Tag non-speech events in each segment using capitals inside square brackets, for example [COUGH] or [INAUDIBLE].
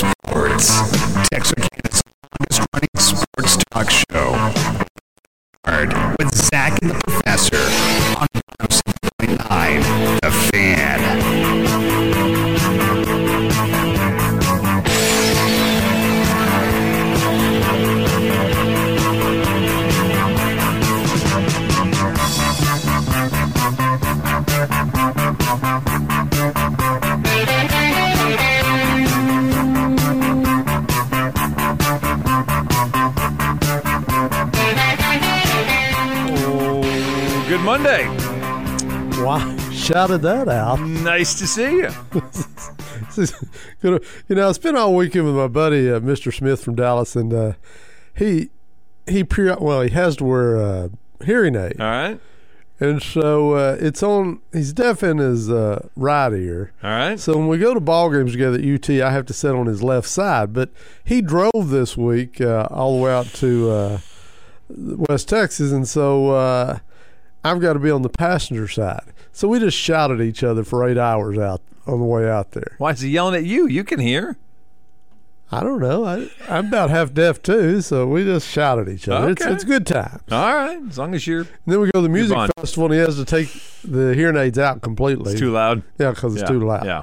It's Texarkana's longest running sports talk show. Hard With Zach and the Professor on 107.9 The Fan. Oh, good Monday. Why shouted that out? Nice to see you. This is [LAUGHS] gonna- you know, I spent all weekend with my buddy uh, Mr. Smith from Dallas, and uh, he he pre well he has to wear uh, hearing aid, All right. and so uh, it's on. He's deaf in his uh, right ear. All right. So when we go to ball games together at UT, I have to sit on his left side. But he drove this week uh, all the way out to uh, West Texas, and so uh, I've got to be on the passenger side. So we just shouted at each other for eight hours out on the way out there. Why is he yelling at you? You can hear. I don't know. I, I'm about half deaf too, so we just shouted at each other. It's, Okay. it's good time. All right. As long as you're And then we go to the music bond. festival, and he has to take the hearing aids out completely. it's too loud. Yeah, because it's too loud. Yeah.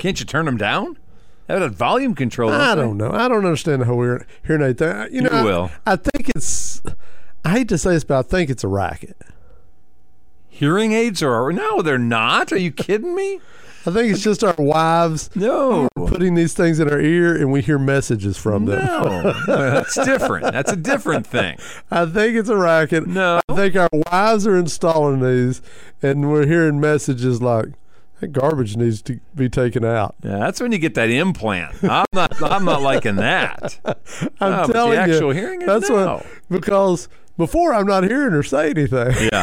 Can't you turn them down? Have it on volume control. I they? don't know. I don't understand the whole hearing, hearing aid thing. I- You know, I- will. I, think it's. I hate to say this, but I think it's a racket. Hearing aids are no, they're not. Are you kidding me? I think it's just our wives No. [LAUGHS] putting these things in our ear, and we hear messages from them. No. That's different. That's a different thing. I think it's a racket. No. I think our wives are installing these, and we're hearing messages like that garbage needs to be taken out. Yeah, that's when you get that implant. I'm not. I'm not liking that. I'm No, but the telling you, actual hearing aid? that's No. what because before I'm not hearing her say anything. [LAUGHS]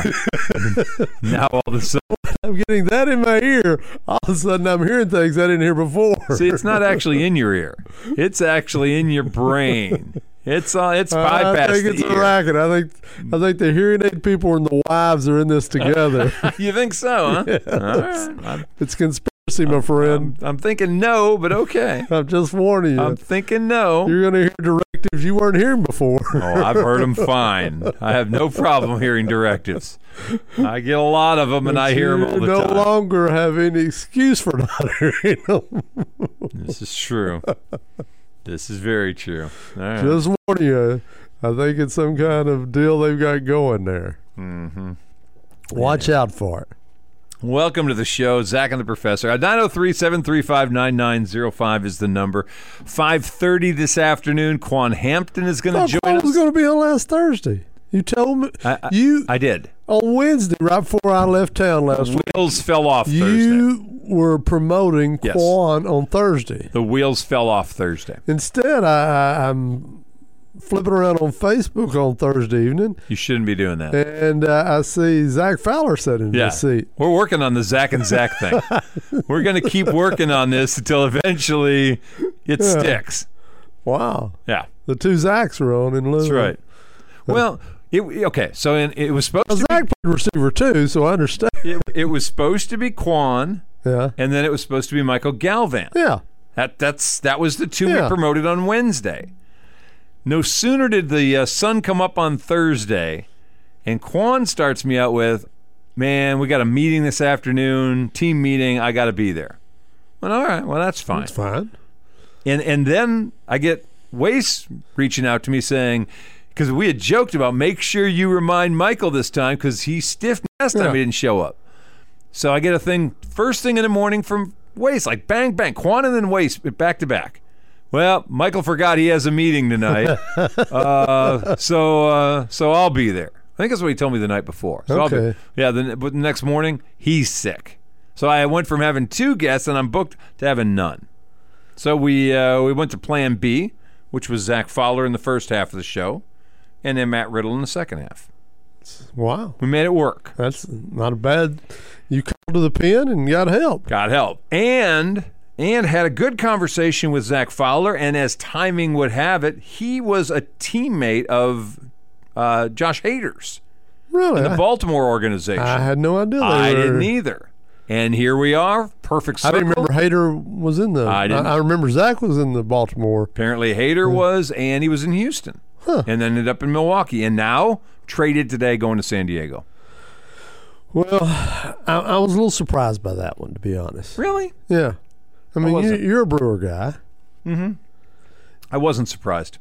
Yeah. now all of a sudden. I'm getting that in my ear. All of a sudden, I'm hearing things I didn't hear before. See, it's not actually in your ear. It's actually in your brain. It's uh, it's [LAUGHS] bypassed I think it's the a ear. racket. I think I think the hearing aid people and the wives are in [LAUGHS] this together. You think so, huh? All right. I'm, it's conspiracy, my friend. I'm thinking no, but okay. I'm, just warning you. I'm thinking no. You're going to hear directives you weren't hearing before. [LAUGHS] Oh, I've heard them fine. I have no problem hearing directives. I get a lot of them, and I hear them all You the no time. longer have any excuse for not [LAUGHS] hearing them. This is true. This is very true. All right. Just warning you. I think it's some kind of deal they've got going there. Mm-hmm. Watch out for it. Welcome to the show, Zach and the Professor. Uh, 903 735 9905 is the number. 5.30 this afternoon, Quan Hampton is going I to join thought it was us. going to be on last Thursday. You told me I- I- oh, you I did. on Wednesday right before I left town last week. Wheels fell off Thursday. You were promoting Yes. Quan on Thursday. The wheels fell off Thursday. Instead, I, I, I'm flipping around on Facebook on Thursday evening, You shouldn't be doing that. and uh, I see Zach Fowler sitting in Yeah. his seat. We're working on the Zach and Zach [LAUGHS] thing. We're going to keep working on this until eventually it sticks. Wow, Yeah, the two Zachs were on in lieu. that's of- right. Well, it, okay, so in, it was supposed to Zach played receiver too, so I understand. it, it was supposed to be Quan, Yeah, and then it was supposed to be Michael Galvan. yeah. That that's that was the two Yeah. we promoted on Wednesday. No sooner did the uh, sun come up on Thursday, and Quan starts me out with, "Man, we got a meeting this afternoon, team meeting. I got to be there." Well, all right. Well, that's fine. It's fine. And and then I get Wace reaching out to me saying, because we had joked about make sure you remind Michael this time because he stiffed last time Yeah. he didn't show up. So I get a thing first thing in the morning from Wace, like bang bang, Quan and then Wace back to back. Well, Michael forgot he has a meeting tonight, uh, so uh, so I'll be there. I think that's what he told me the night before. So I'll Okay. be, yeah, then but the next morning he's sick, so I went from having two guests and I'm booked to having none. So we uh, we went to Plan B, which was Zach Fowler in the first half of the show, and then Matt Riddle in the second half. Wow, We made it work. that's not a bad. You called to the pen and got help. God help. And and had a good conversation with Zach Fowler, and as timing would have it, he was a teammate of uh, Josh Hader's, Really? the I- Baltimore organization. Ah, I had no idea. They I were, didn't either. And here we are, perfect I circle. didn't remember Hayter was in the. I didn't. I remember Zach was in the Baltimore. Apparently, Hayter was, and he was in Houston, and then ended up in Milwaukee, and now traded today, going to San Diego. Well, I, I was a little surprised by that one, to be honest. Really, Yeah, I mean, you, wasn't. you're a Brewer guy. I wasn't surprised.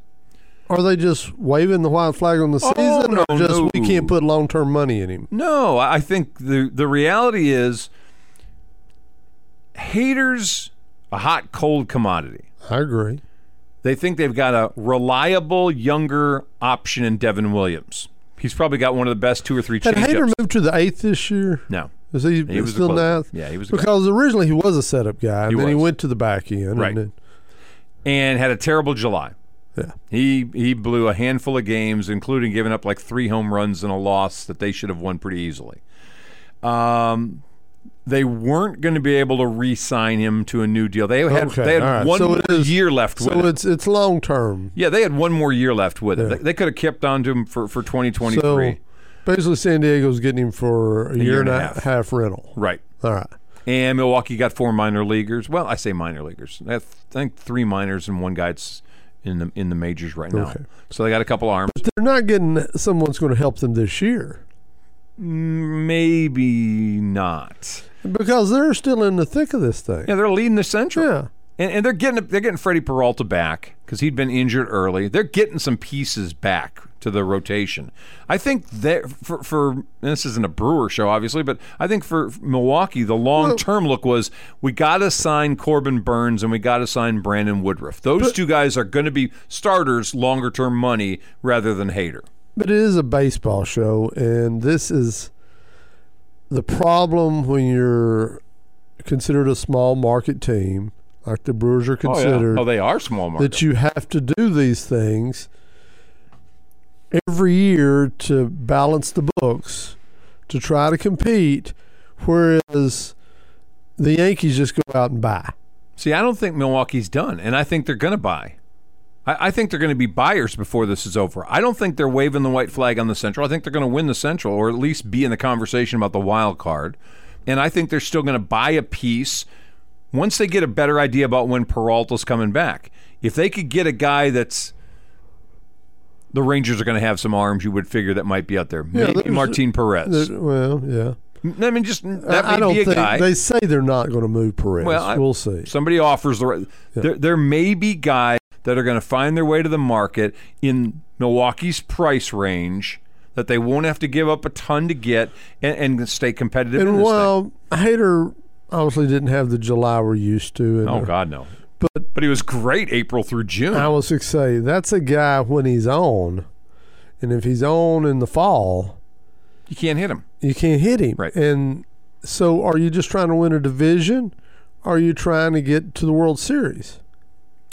Are they just waving the white flag on the Oh, season, or no, just we no. can't put long term money in him? No, I I think the the reality is, haters a hot cold commodity. I agree. They think they've got a reliable younger option in Devin Williams. He's probably got one of the best two or three Had Hayter changeups. moved to the eighth this year? No, Is he, he was a still closer. ninth? Yeah, he was a closer. because originally he was a setup guy, and He then he was. went to the back end. Right. And then, and had a terrible July. Yeah. He he blew a handful of games, including giving up like three home runs and a loss that they should have won pretty easily. Um, they weren't going to be able to re-sign him to a new deal. They had Okay, they had all right. one So more it is- year left with so it. it's it's long term. Yeah, they had one more year left with it. Yeah. They, they could have kept on to him for for twenty twenty So three. basically, San Diego's getting him for a, year, and a half. rental. Right. All right. And Milwaukee got four minor leaguers. Well, I say minor leaguers. I th- think three minors and one guy's in the in the majors right now. Okay. So they got a couple arms. They're not getting someone's going to help them this year Maybe not. because they're still in the thick of this thing. Yeah, they're leading the Central. Yeah. And, and they're getting they're getting Freddie Peralta back because he'd been injured early. They're getting some pieces back to the rotation. I think that for for and this isn't a Brewer show obviously, but I think for Milwaukee the long term look was we got to sign Corbin Burns and we got to sign Brandon Woodruff. Those two guys are going to be starters longer term money rather than Hater. But it is a baseball show, and this is the problem when you're considered a small market team, like the Brewers are considered, Oh, they are small market. that you have to do these things every year to balance the books, to try to compete, whereas the Yankees just go out and buy. See, I don't think Milwaukee's done, and I think they're going to buy. I, I think they're going to be buyers before this is over. I don't think they're waving the white flag on the Central. I think they're going to win the Central, or at least be in the conversation about the wild card. And I think they're still going to buy a piece once they get a better idea about when Peralta's coming back. If they could get a guy that's the Rangers are going to have some arms you would figure that might be out there. Maybe there's- Martin Perez. Well, yeah. I mean, just that I I may don't be a think guy. they say they're not going to move Perez. Well, I- we'll see. Somebody offers the right. There, there may be guys that are going to find their way to the market in Milwaukee's price range that they won't have to give up a ton to get and, and stay competitive. in And this thing. while Hader obviously didn't have the July we're used to, and oh God, no. But but he was great April through June. I was just say that's a guy when he's on, and if he's on in the fall, you can't hit him. you can't hit him. Right. And so, are you just trying to win a division? are you trying to get to the World Series?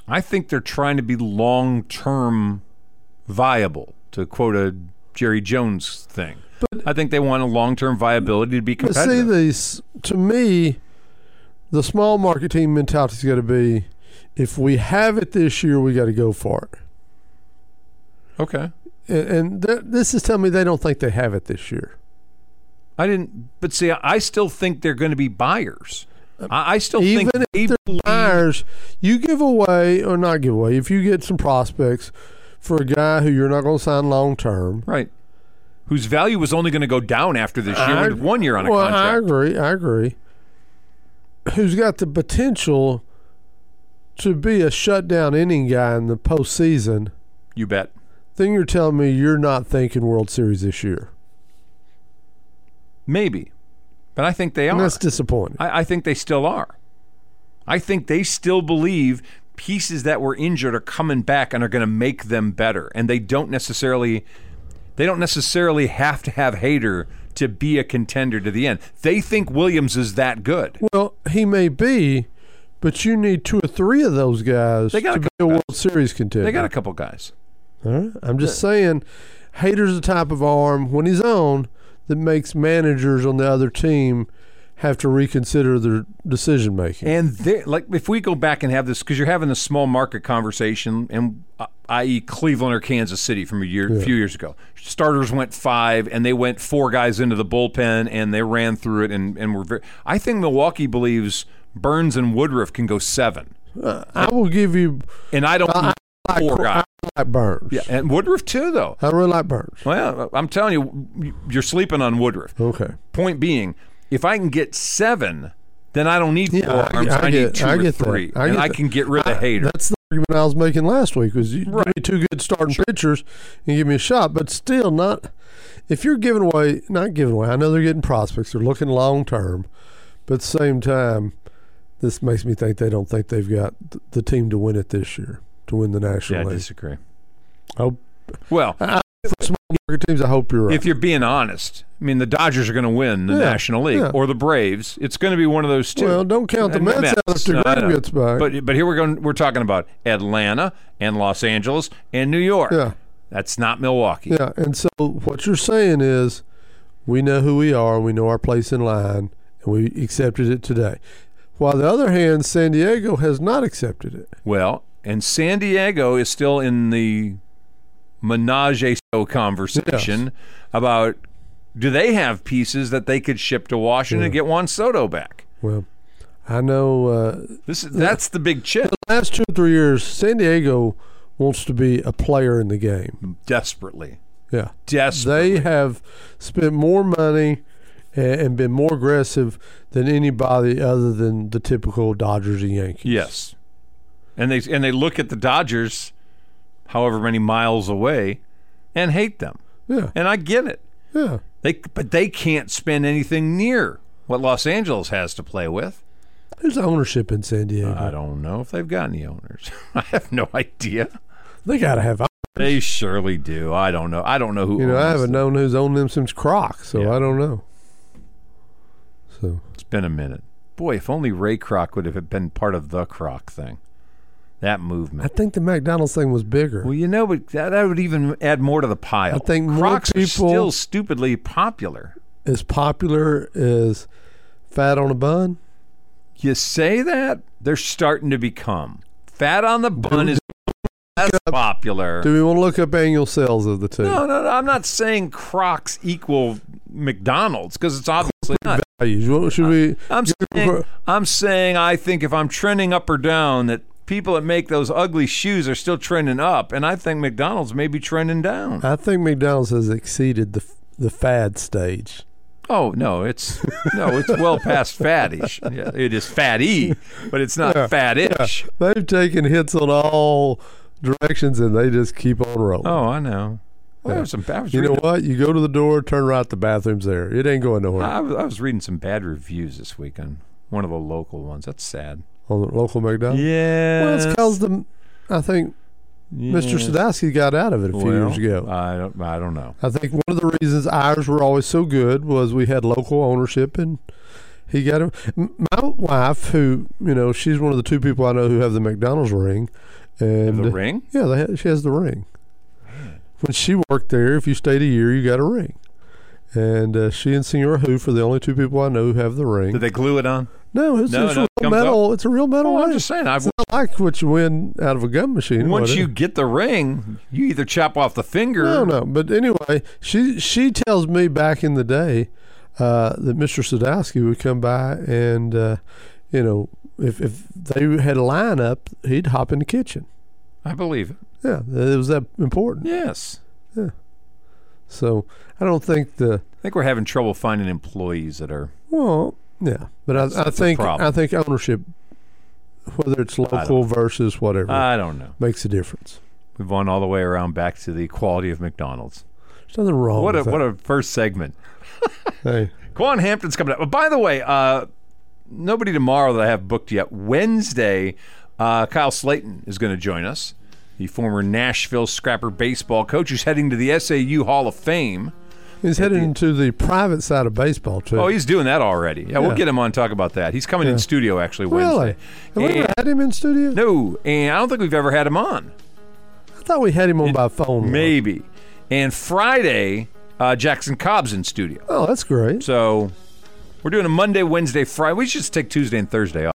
I think they're trying to be long term viable. To quote a Jerry Jones thing, I think they want a long term viability to be But see, competitive. these to me, the small market team mentality's got to be: if we have it this year, we got to go for it. okay. And, and th- this is telling me they don't think they have it this year. I didn't, but see, I I still think they're going to be buyers. I, I still Even think they if they're believe- buyers, you give away or not give away. If you get some prospects for a guy who you're not going to sign long term, right, whose value was only going to go down after this year. I- with one year on a well, I contract. agree. I agree. Who's got the potential to be a shutdown inning guy in the postseason? you bet. Then you're telling me you're not thinking World Series this year, Maybe, but I think they and are. that's disappointing. I, I think they still are. I think they still believe pieces that were injured are coming back and are going to make them better, and they don't necessarily. They don't necessarily have to have Hater to be a contender to the end. They think Williams is that good. Well, he may be, but you need two or three of those guys They got to a be a World Series contender. They got a couple guys. All right. I'm just saying, Hater's the type of arm when he's on that makes managers on the other team have to reconsider their decision making. And they like if we go back and have this because you're having a small market conversation, and uh, i.e., Cleveland or Kansas City from a year, few years ago. Starters went five, and they went four guys into the bullpen, and they ran through it, and and were very. I think Milwaukee believes Burns and Woodruff can go seven, I will give you and I don't Uh, I four guys, like Burns. yeah, and Woodruff too though. I really like Burns. Well, I'm telling you, you're sleeping on Woodruff. Okay. Point being, if I can get seven, then I don't need four I- arms. I, I need get- two I or get that. three, I and get I that. can get rid of Hater. That's the argument I was making last week. Was you Right. give me two good starting pitchers and give me a shot, but still not. If you're giving away, not giving away. I know they're getting prospects. They're looking long term, but at the same time, this makes me think they don't think they've got th- the team to win it this year to win the national Yeah, I league. disagree. Oh. Well, Small market teams. I hope you're right. if you're being honest, I mean the Dodgers are going to win the Yeah, National League yeah. or the Braves. It's going to be one of those two. well, don't count the And Mets out if Mets. No, the I Graham know. gets back. But but here we're going. We're talking about Atlanta and Los Angeles and New York. yeah, That's not Milwaukee. yeah. And so what you're saying is, we know who we are. We know our place in line, and we accepted it today. While the other hand, San Diego has not accepted it. Well, and San Diego is still in the menage a so conversation about do they have pieces that they could ship to Washington and get Juan Soto back? Well, I know uh, This is that's the big chip. last two or three years, San Diego wants to be a player in the game. Mm. Desperately, Yeah, desperately. they have spent more money and, and been more aggressive than anybody other than the typical Dodgers and Yankees. Yes, and they and they look at the Dodgers, however many miles away, and hate them. Yeah. And I get it. Yeah. They but they can't spend anything near what Los Angeles has to play with. Who's the ownership in San Diego? I don't know if they've got any owners. [LAUGHS] I have no idea. they got to have. They surely do. I don't know. I don't know who. You know, I owns haven't them. known who's owned them since Croc, so Yeah. I don't know. So It's been a minute. Boy, if only Ray Kroc would have been part of the Kroc thing, that I movement. think the McDonald's thing was bigger. Well, you know, but that, that would even add more to the pile. I think more Crocs are people- still stupidly popular. as popular as fat on a bun. You say that they're starting to become fat on the bun is less popular. Do we want to look up annual sales of the two? No, no, no. I'm not saying Crocs equal McDonald's because it's obviously not. Values. You want- Should we? I'm saying, Cor- I'm saying I think if I'm trending up or down, that people that make those ugly shoes are still trending up, and I think McDonald's may be trending down. I think McDonald's has exceeded the the fad stage. Oh no, it's no, it's well past faddish. Yeah, it is fatty, but it's not faddish. They've taken hits on all directions, and they just keep on rolling. Oh, I know. Well, there was some. I was, you know reading, what? You go to the door, turn right, the bathroom's there. It ain't going nowhere. I was, I was reading some bad reviews this week on one of the local ones. That's sad. on the local McDonald's. Yeah. Well, it's because the I think Mr. Sadowski got out of it a few years ago. I don't. I don't know. I think one of the reasons ours were always so good was we had local ownership, and he got him. My wife, who you know, she's one of the two people I know who have the McDonald's ring, and uh, The ring. yeah, they had, she has the ring. When she worked there, if you stayed a year, you got a ring. And uh, she and Senora Hoof are the only two people I know who have the ring. Did they glue it on? no, it's, No, it's no, it real comes up. metal. It's a real metal Oh, I'm ring. just saying. I It's not like what you win out of a gun machine. Once whatever. you get the ring, you either chop off the finger. No, no. But anyway, she she tells me back in the day uh, that Mr. Sadowski would come by and uh, you know if if they had a lineup, he'd hop in the kitchen. I believe it. Yeah, it was that important. Yes. So I don't think the I think we're having trouble finding employees that are. well, yeah. But I, I that's a think problem. I think ownership, whether it's local versus whatever, I don't know. makes a difference. We've gone all the way around back to the quality of McDonald's. There's nothing wrong. What a with what a first segment. that. Hey, Quan Hampton's coming up. Oh, by the way, uh, nobody tomorrow that I have booked yet. Wednesday, uh, Kyle Slayton is going to join us, the former Nashville Scrapper baseball coach who's heading to the SAU Hall of Fame. he's headed into the private side of baseball too. Oh, he's doing that already. Yeah, we'll Yeah. get him on. Talk about that. He's coming in studio actually really? Wednesday. Have we ever And- had him in studio? no, and I don't think we've ever had him on. I thought we had him on by phone. Maybe. And Friday, uh, Jackson Cobb's in studio. Oh, that's great. So we're doing a Monday, Wednesday, Friday. We should just take Tuesday and Thursday off.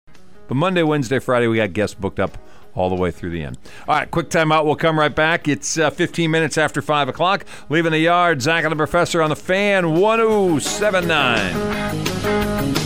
But Monday, Wednesday, Friday, we got guests booked up all the way through the end. All right, quick timeout. We'll come right back. It's uh, 15 minutes after 5 o'clock. Leaving the yard, Zach and the Professor on the fan 1079.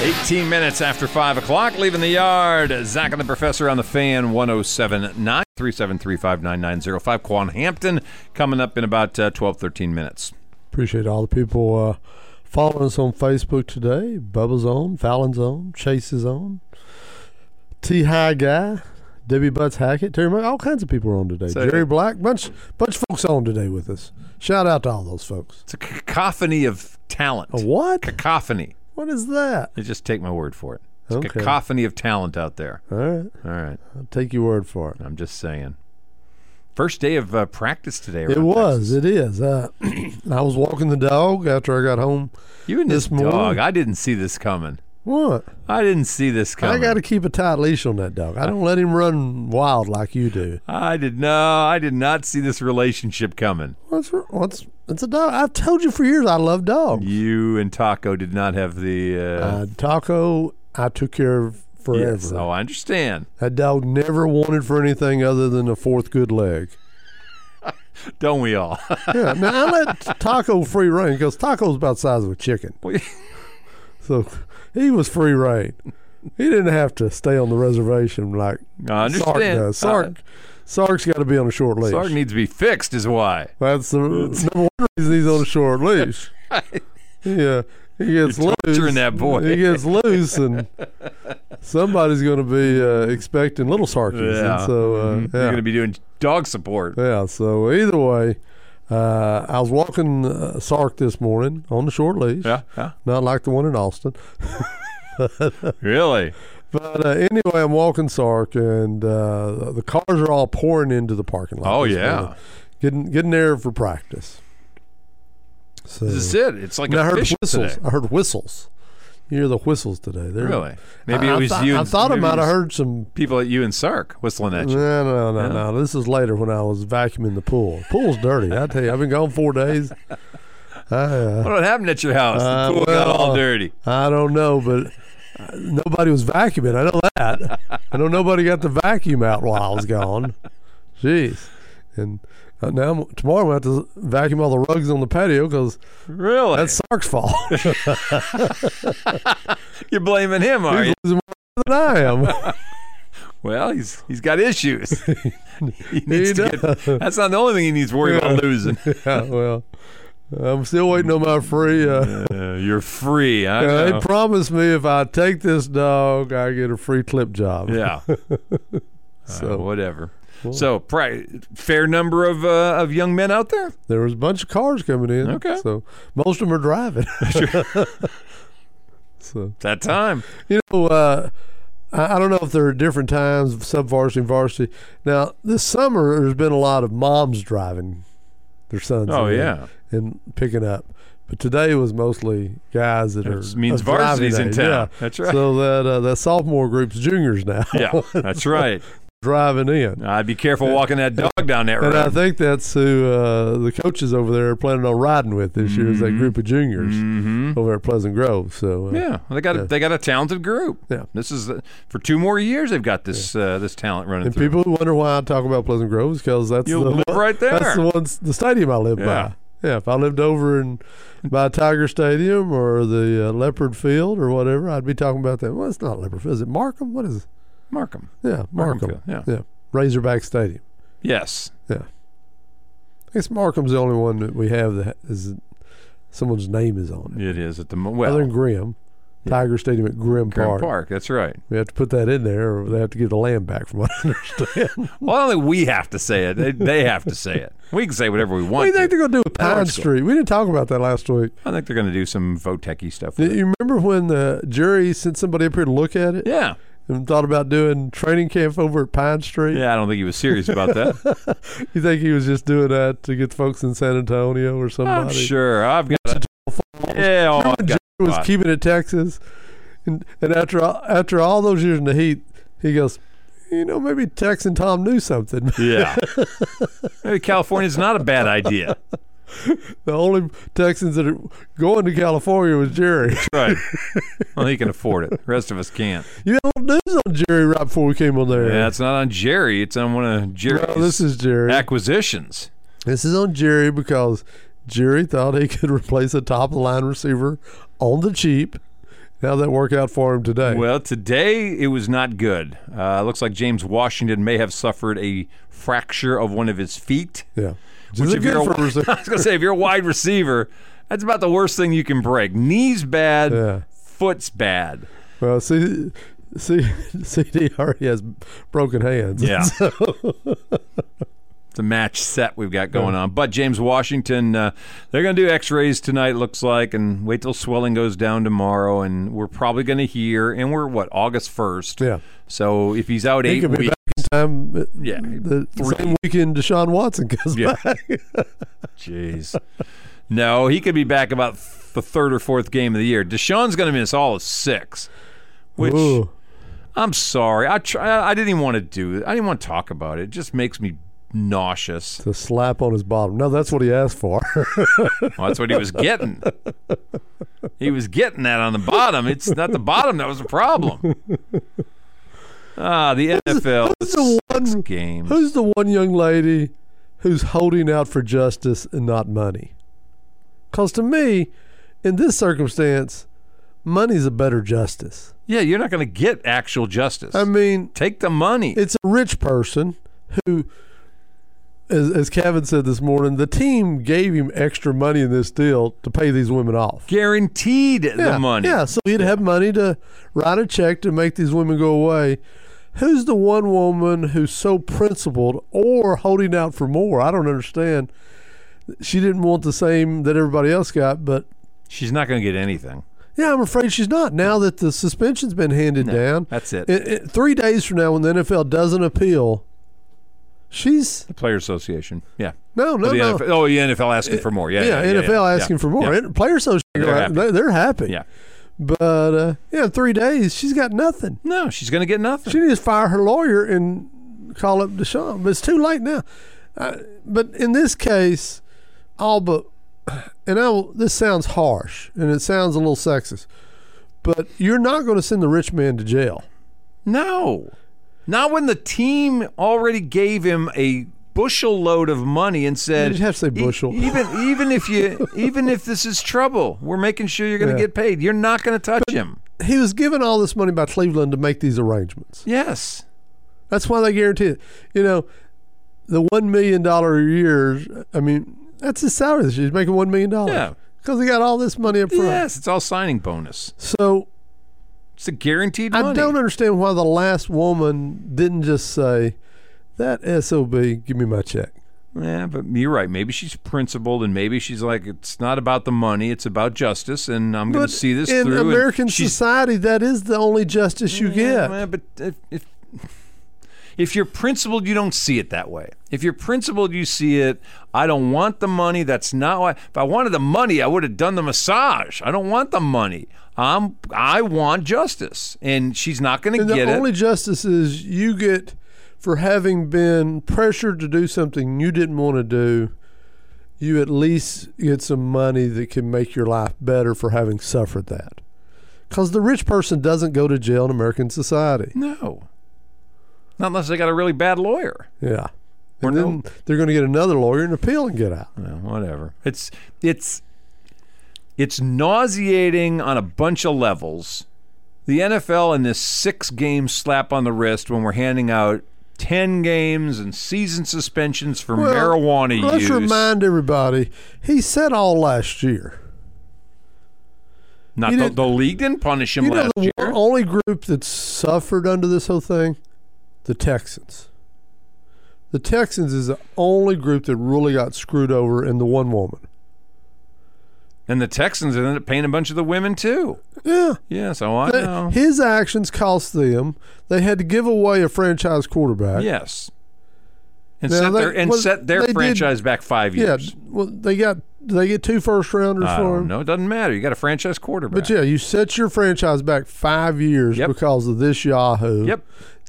Eighteen minutes after five o'clock, leaving the yard. Zach and the Professor on the fan 1079 373 59905. Quan Hampton coming up in about uh, 12, 13 minutes. Appreciate all the people uh, following us on Facebook today. Bubba's on, Fallon's on, Chase's on, T High Guy, Debbie Butts Hackett, Terry Mc- all kinds of people are on today. So- Jerry Black, bunch bunch of folks on today with us. Shout out to all those folks. It's a cacophony of talent. A what? Cacophony. What is that? You just take my word for it. It's a Okay. cacophony of talent out there. All right, All right. I'll take your word for it. I'm just saying. First day of uh, practice today. It around was. It is. Uh, [CLEARS THROAT] I was walking the dog after I got home. Texas. You and this, this morning. dog. I didn't see this coming. What? I didn't see this coming. I got to keep a tight leash on that dog. I don't let him run wild like you do. I did no. I did not see this relationship coming. What's what's it's a dog. I've told you for years I love dogs. You and Taco did not have the. Uh, Uh, Taco, I took care of forever. yes. Oh, I understand. That dog never wanted for anything other than a fourth good leg. Don't we all? [LAUGHS] Yeah. now I let Taco free reign because Taco's about the size of a chicken, so he was free reign. He didn't have to stay on the reservation like I Sark understand. Uh, does. Sark, Sark's got to be on a short leash. Sark needs to be fixed, is why. That's the [LAUGHS] number one reason he's on a [LAUGHS] short leash. yeah, he gets You're loose. torturing that boy. He gets loose, and somebody's going to be uh, expecting little Sarkis. Yeah. And so, uh, Mhm. You're yeah. going to be doing [LAUGHS] dog support. yeah. So either way, uh, I was walking uh, Sark this morning on the short leash. Yeah. yeah. Not like the one in Austin. Really? But uh, anyway, I'm walking Sark, and uh, the cars are all pouring into the parking lot. Oh this yeah. morning. getting getting there for practice. So This is it. It's like And I heard official whistles. today. I heard whistles. You hear the whistles today. They're, Really? Maybe I, it was I thought, you. I and- thought I maybe it might have was heard some. people at you and Sark whistling at you. No, no, no, no. This is later when I was vacuuming the pool. pool's dirty. I tell you, I've been gone four days. I, uh, What happened at your house? Uh, the pool got all well, dirty. I don't know, but uh, nobody was vacuuming. I know that. I know nobody got the vacuum out while I was gone. Jeez. And uh, now I'm- tomorrow I am going to have to vacuum all the rugs on the patio because Really? that's Sark's [LAUGHS] fault. You're blaming him, are you? He's losing more than I am. [LAUGHS] Well, he's he's got issues. he needs He to get, that's not the only thing he needs to worry Yeah. [LAUGHS] about losing. yeah, well, I'm still waiting on my free. Uh, Uh, you're free. I uh, know. they promised me if I take this dog, I get a free clip job. [LAUGHS] yeah. so So- whatever. So, pri- fair number of uh, of young men out there. There was a bunch of cars coming in. Okay. So most of them are driving. [LAUGHS] so, That time. you know, uh, I, I don't know if there are different times, sub varsity and varsity. Now, this summer, there's been a lot of moms driving their sons. Oh in yeah. And picking up. But today was mostly guys that It are. means of driving varsity's in age. town. Yeah. That's right. So that uh, that sophomore group's juniors now yeah. That's right. [LAUGHS] driving in. Uh, be careful walking that dog down that And I road. think that's who uh, the coaches over there are planning on riding with this year is that group of juniors Mm-hmm. over at Pleasant Grove. So uh, Yeah, well, they got a, Oh, yeah. they got a talented group. Yeah. this is uh, for two more years. They've got this uh, this talent running and through. people who wonder why I talk about Pleasant Grove is because that's You the live one- right That's the there. ones the stadium I live Yeah. by. Yeah, if I lived over in by Tiger Stadium or the uh, Leopard Field or whatever, I'd be talking about that. Well, it's not Leopard Field. Is it Markham? What is it? Markham. Yeah, Markham. Markham Field, yeah. Razorback Stadium. Yes, I guess Markham's the only one that we have that is someone's name is on it. it is at the mo- Other well. than Grimm, Tiger Stadium at Grim, Grant Park. Park. That's right. We have to put that in there, or they have to give the land back, from what I [LAUGHS] understand. Well, I don't think we have to say it. They, they have to say it. We can say whatever we what do want. you think to. they're going to do with That Pine looks cool. Street? We didn't talk about that last week. I think they're going to do some Votecky stuff. Do With it. you remember when the jury sent somebody up here to look at it Yeah. and thought about doing training camp over at Pine Street? Yeah, I don't think he was serious about that. You think he was just doing that to get folks in San Antonio or [LAUGHS] I'm somebody? sure. I've got. yeah, oh, I've got He was Right. keeping it Texas, and and after all, after all those years in the heat, he goes, you know, maybe Tex and Tom knew something. Yeah. Maybe oh, California's not a bad idea. the only Texans that are going to California was Jerry. [LAUGHS] Right. Well, he can afford it. The rest of us can't. you had a little news on Jerry right before we came on there. Yeah, it's not on Jerry. It's on one of Jerry's No, this is Jerry. acquisitions. This is on Jerry because Jerry thought he [LAUGHS] could replace a top of the line receiver on the cheap. How'd that work out for him today? Well, today it was not good. Uh, looks like James Washington may have suffered a fracture of one of his feet. yeah. Which if you're a good for wi- [LAUGHS] receiver. I was gonna say, if you're a wide receiver, that's about the worst thing you can break. Knees bad, Yeah. foot's bad. [LAUGHS] Well, see, see, [LAUGHS] CD already has broken hands. [LAUGHS] Yeah. it's a match set we've got going on. But James Washington, uh, they're going to do x rays tonight, looks like, and wait till swelling goes down tomorrow. And we're probably going to hear, and we're what, August 1st? Yeah. So if he's out He eight could be weeks, back in time. uh, Yeah, The three. same weekend Deshaun Watson comes Yeah. back. jeez. no, he could be back about the third or fourth game of the year. Deshaun's going to miss all of six, which. Ooh. I'm sorry. I try, I didn't even want to do it. I didn't want to talk about it. It just makes me nauseous. The slap on his bottom. No, that's what he asked for. [LAUGHS] Well, that's what he was getting. He was getting that on the bottom. It's not the bottom that was the problem. Ah, the NFL who's the six one- games. Who's the one young lady who's holding out for justice and not money? Because to me, in this circumstance, money's a better justice. Yeah, you're not going to get actual justice. I mean, Take the money. it's a rich person who, as, as Kevin said this morning, the team gave him extra money in this deal to pay these women off. Guaranteed the money. Yeah, so he'd have money to write a check to make these women go away. Who's the one woman who's so principled or holding out for more? I don't understand. She didn't want the same that everybody else got, but She's not going to get anything. yeah, I'm afraid she's not. Now that the suspension's been handed down, That's it. it, it, three days from now, when the NFL doesn't appeal, she's Player Association. Yeah. no, no, the no. NFL, oh, the NFL asking for more. Yeah. yeah, yeah, NFL asking yeah. for more. Yeah. And Players, so They're happy. they're, they're happy. Yeah. but uh, yeah, three days, she's got nothing. No, she's going to get nothing. She needs to fire her lawyer and call up Deshaun. But it's too late now. Uh, but in this case, all but, and I will, this sounds harsh and it sounds a little sexist, but you're not going to send the rich man to jail. No. Not when the team already gave him a bushel load of money and said You'd have to say "E- bushel." even even [LAUGHS] if you even if this is trouble, we're making sure you're gonna Yeah. get paid. You're not gonna touch him. He was given all this money by Cleveland to make these arrangements. Yes. That's why they guarantee it. You know, the $1 million a year, I mean, that's his salary this year. He's making $1 million. Yeah. Because he got all this money up front. Yes, it's all signing bonus. So It's a guaranteed money. I don't understand why the last woman didn't just say, "That sob, give me my check." Yeah, but you're right. Maybe she's principled, and maybe she's like, it's not about the money; it's about justice, and I'm going to see this in through. and American she's- society, that is the only justice you Yeah, get. man, but if, if if you're principled, you don't see it that way. If you're principled, you see it. I don't want the money. That's not why. If I wanted the money, I would have done the massage. I don't want the money. I'm I want justice, and she's not going to And the get only it. justice is you get for having been pressured to do something you didn't want to do. You at least get some money that can make your life better for having suffered that. Because the rich person doesn't go to jail in American society. No, not unless they got a really bad lawyer. Yeah. Or And then they're going to get another lawyer and appeal and get out. Well, whatever. It's it's it's nauseating on a bunch of levels. The NFL and this six game slap on the wrist when we're handing out ten games and season suspensions for Well, marijuana let's use. remind everybody, he said all last year. Not You the, didn't- the league didn't punish him You know last the year. only group that suffered under this whole thing? The Texans. The Texans is the only group that really got screwed over in the one woman. And the Texans ended up paying a bunch of the women too. Yeah. Yeah, so I That- know. his actions cost them. They had to give away a franchise quarterback. Yes. And Now, set they- their and well, set their they did- franchise back five Yeah. years. Well, they got did they get two first rounders I for don't him. know. It doesn't matter. You got a franchise quarterback. But yeah, you set your franchise back five years Yep. because of this Yahoo. Yep.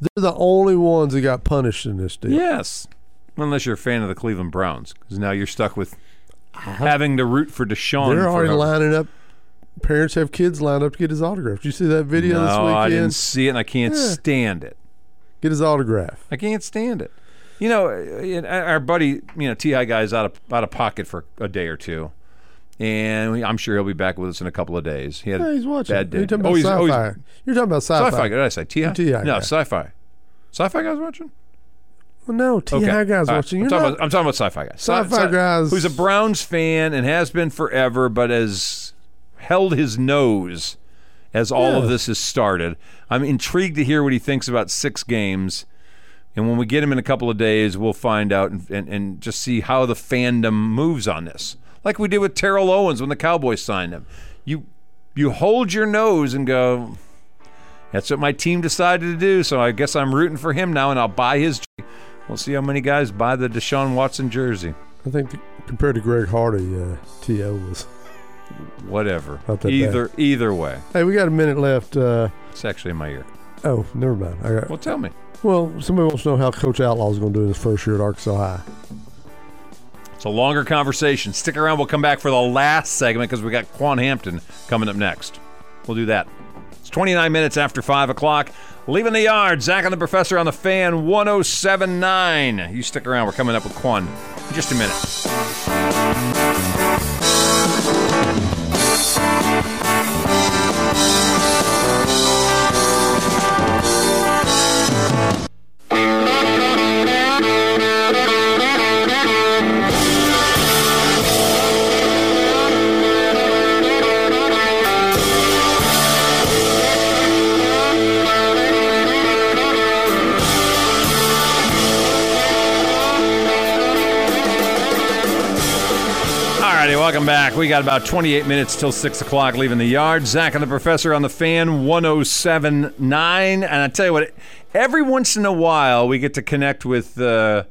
They're the only ones that got punished in this deal. Yes. Unless you're a fan of the Cleveland Browns, because now you're stuck with having to root for Deshaun. They're already forever. lining up. Parents have kids lined up to get his autograph. Did you see that video no, this weekend? I didn't see it, and I can't Yeah. stand it. Get his autograph. I can't stand it. You know, uh, our buddy, you know, Ti guy's out of out of pocket for a day or two, and we, I'm sure he'll be back with us in a couple of days. He had Yeah, a he's watching. bad day. You're talking about oh, he's, oh, he's- sci-fi. You're talking about sci-fi. sci-fi. Did I say Ti? T.I. No, guy. sci-fi. Sci-fi guys watching. Well, no, Ti Okay. guys All right. watching. I'm You're talking, not. about, I'm talking about sci-fi guys. Sci- Sci-Fi guys- Who's a Browns fan and has been forever, but has held his nose as all of Yeah. this has started. I'm intrigued to hear what he thinks about six games. And when we get him in a couple of days, we'll find out and, and, and just see how the fandom moves on this. Like we did with Terrell Owens when the Cowboys signed him. You you hold your nose and go, that's what my team decided to do, so I guess I'm rooting for him now and I'll buy his jer- We'll see how many guys buy the Deshaun Watson jersey. I think th- compared to Greg Hardy, uh, T.O. was. Whatever. Not that Either either way. Hey, we got a minute left. Uh, It's actually in my ear. oh, never mind. I got, Well tell me. well, somebody wants to know how Coach Outlaw's going to do in his first year at Arkansas High. It's a longer conversation. Stick around. We'll come back for the last segment because we got Quan Hampton coming up next. We'll do that. It's 29 minutes after 5 o'clock. Leaving the yard. Zach and the professor on the fan 1079. You stick around. We're coming up with Quan in just a minute. All righty, welcome back. We got about 28 minutes till 6 o'clock leaving the yard. Zach and the professor on the fan 1079. And I tell you what, every once in a while we get to connect with uh,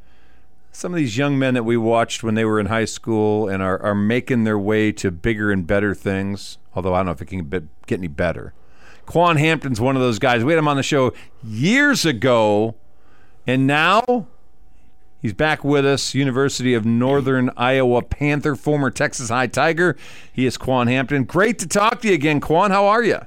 some of these young men that we watched when they were in high school and are, are making their way to bigger and better things. Although I don't know if it can be- get any better. Quan Hampton's one of those guys. We had him on the show years ago, and now He's back with us, University of Northern Iowa Panther, former Texas High Tiger. He is Quan Hampton. Great to talk to you again, Quan. How are you?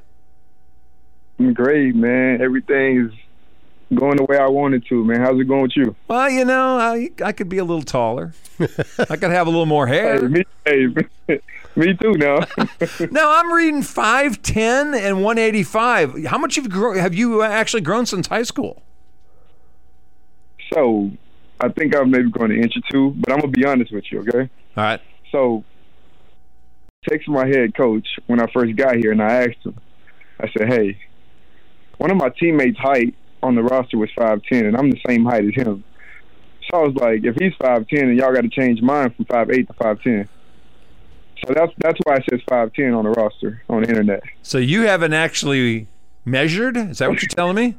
I'm great, man. Everything is going the way I wanted to, man. How's it going with you? Well, you know, I, I could be a little taller. [LAUGHS] I could have a little more Hey, hair. me, hey, [LAUGHS] me too now. [LAUGHS] No, I'm reading 5'10 and 185. How much have you, grow, have you uh, actually grown since high school? so, I think I'm maybe going an inch or two, but I'm gonna be honest with you, okay? All right. So, text my head coach when I first got here, and I asked him. I said, "Hey, one of my teammates' height on the roster was five ten, and I'm the same height as him." So I was like, "If he's five ten, and y'all got to change mine from five eight to five ten. So that's that's why it says five ten on the roster on the internet. So you haven't actually measured? Is that what you're telling me?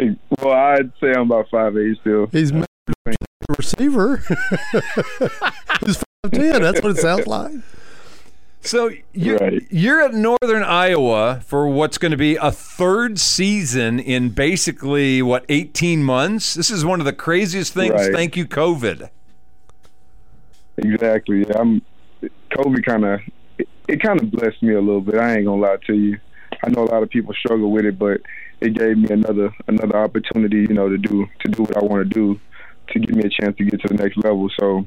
Well, I'd say I'm about five eight still. He's married to the receiver. [LAUGHS] He's 5'10. That's what it sounds like. So you're, Right. you're at Northern Iowa for what's going to be a third season in basically what 18 months. This is one of the craziest things. Right. Thank you, COVID. Exactly. Yeah, I'm. Kobe kind of it, it kind of blessed me a little bit. I ain't gonna lie to you. I know a lot of people struggle with it, but it gave me another another opportunity, you know, to do to do what I want to do, to give me a chance to get to the next level. So,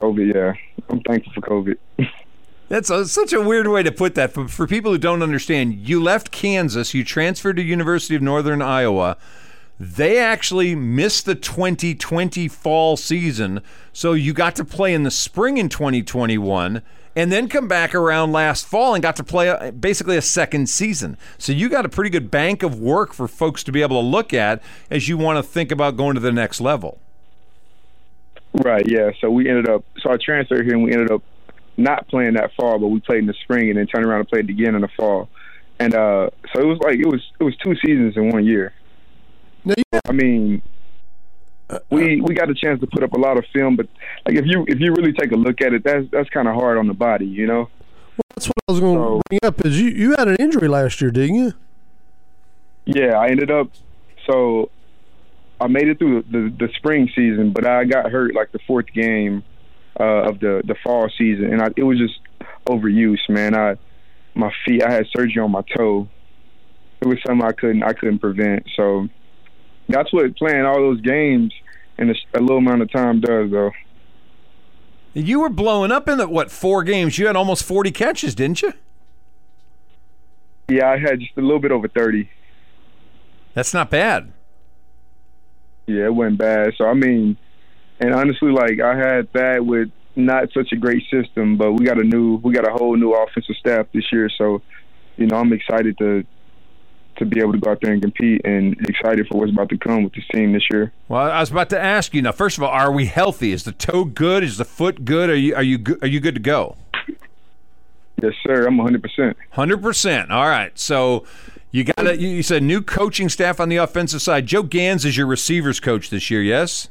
COVID, yeah, I'm thankful for COVID. [LAUGHS] That's a, such a weird way to put that. For, for people who don't understand, you left Kansas, you transferred to University of Northern Iowa. They actually missed the 2020 fall season, so you got to play in the spring in 2021, and then come back around last fall and got to play uh, basically a second season. So you got a pretty good bank of work for folks to be able to look at as you want to think about going to the next level. Right, yeah. So we ended up, so I transferred here and we ended up not playing that fall, but we played in the spring and then turned around and played again in the fall. And uh, so it was like, it was it was two seasons in one year. Now, you- Uh, I mean, we we got a chance to put up a lot of film, but like if you if you really take a look at it, that's that's kind of hard on the body, you know. That's what I was going to So- bring up. Is you you had an injury last year, didn't you? Yeah, I ended up so I made it through the, the spring season, but I got hurt like the fourth game uh, of the the fall season, and I, it was just overuse, man. I my feet, I had surgery on my toe. It was something I couldn't I couldn't prevent. So that's what playing all those games in a, s- a little amount of time does, though. You were blowing up in the, what four games? You had almost forty catches, didn't you? Yeah, I had just a little bit over thirty. That's not bad. Yeah, it wasn't bad. So I mean, and honestly, like I had that with not such a great system, but we got a new, we got a whole new offensive staff this year. So, you know, I'm excited to to be able to go out there and compete, and excited for what's about to come with this team this year. Well, I was about to ask you now. First of all, are we healthy? Is the toe good? Is the foot good? Are you are you go- are you good to go? Yes, sir. I'm 100. percent Hundred percent. All right. So you got to you you said new coaching staff on the offensive side. Joe Gans is your receivers coach this year. Yes.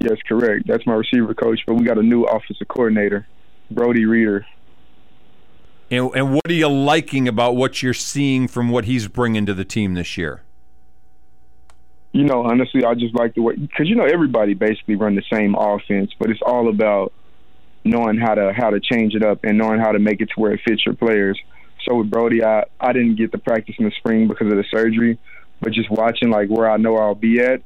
Yes, correct. That's my receiver coach, but we got a new offensive coordinator, Brody Reader. And, and what are you liking about what you're seeing from what he's bringing to the team this year? you know, honestly, I just like the way because you know everybody basically run the same offense, but it's all about knowing how to how to change it up and knowing how to make it to where it fits your players. So with Brody, I I didn't get the practice in the spring because of the surgery, but just watching like where I know I'll be at,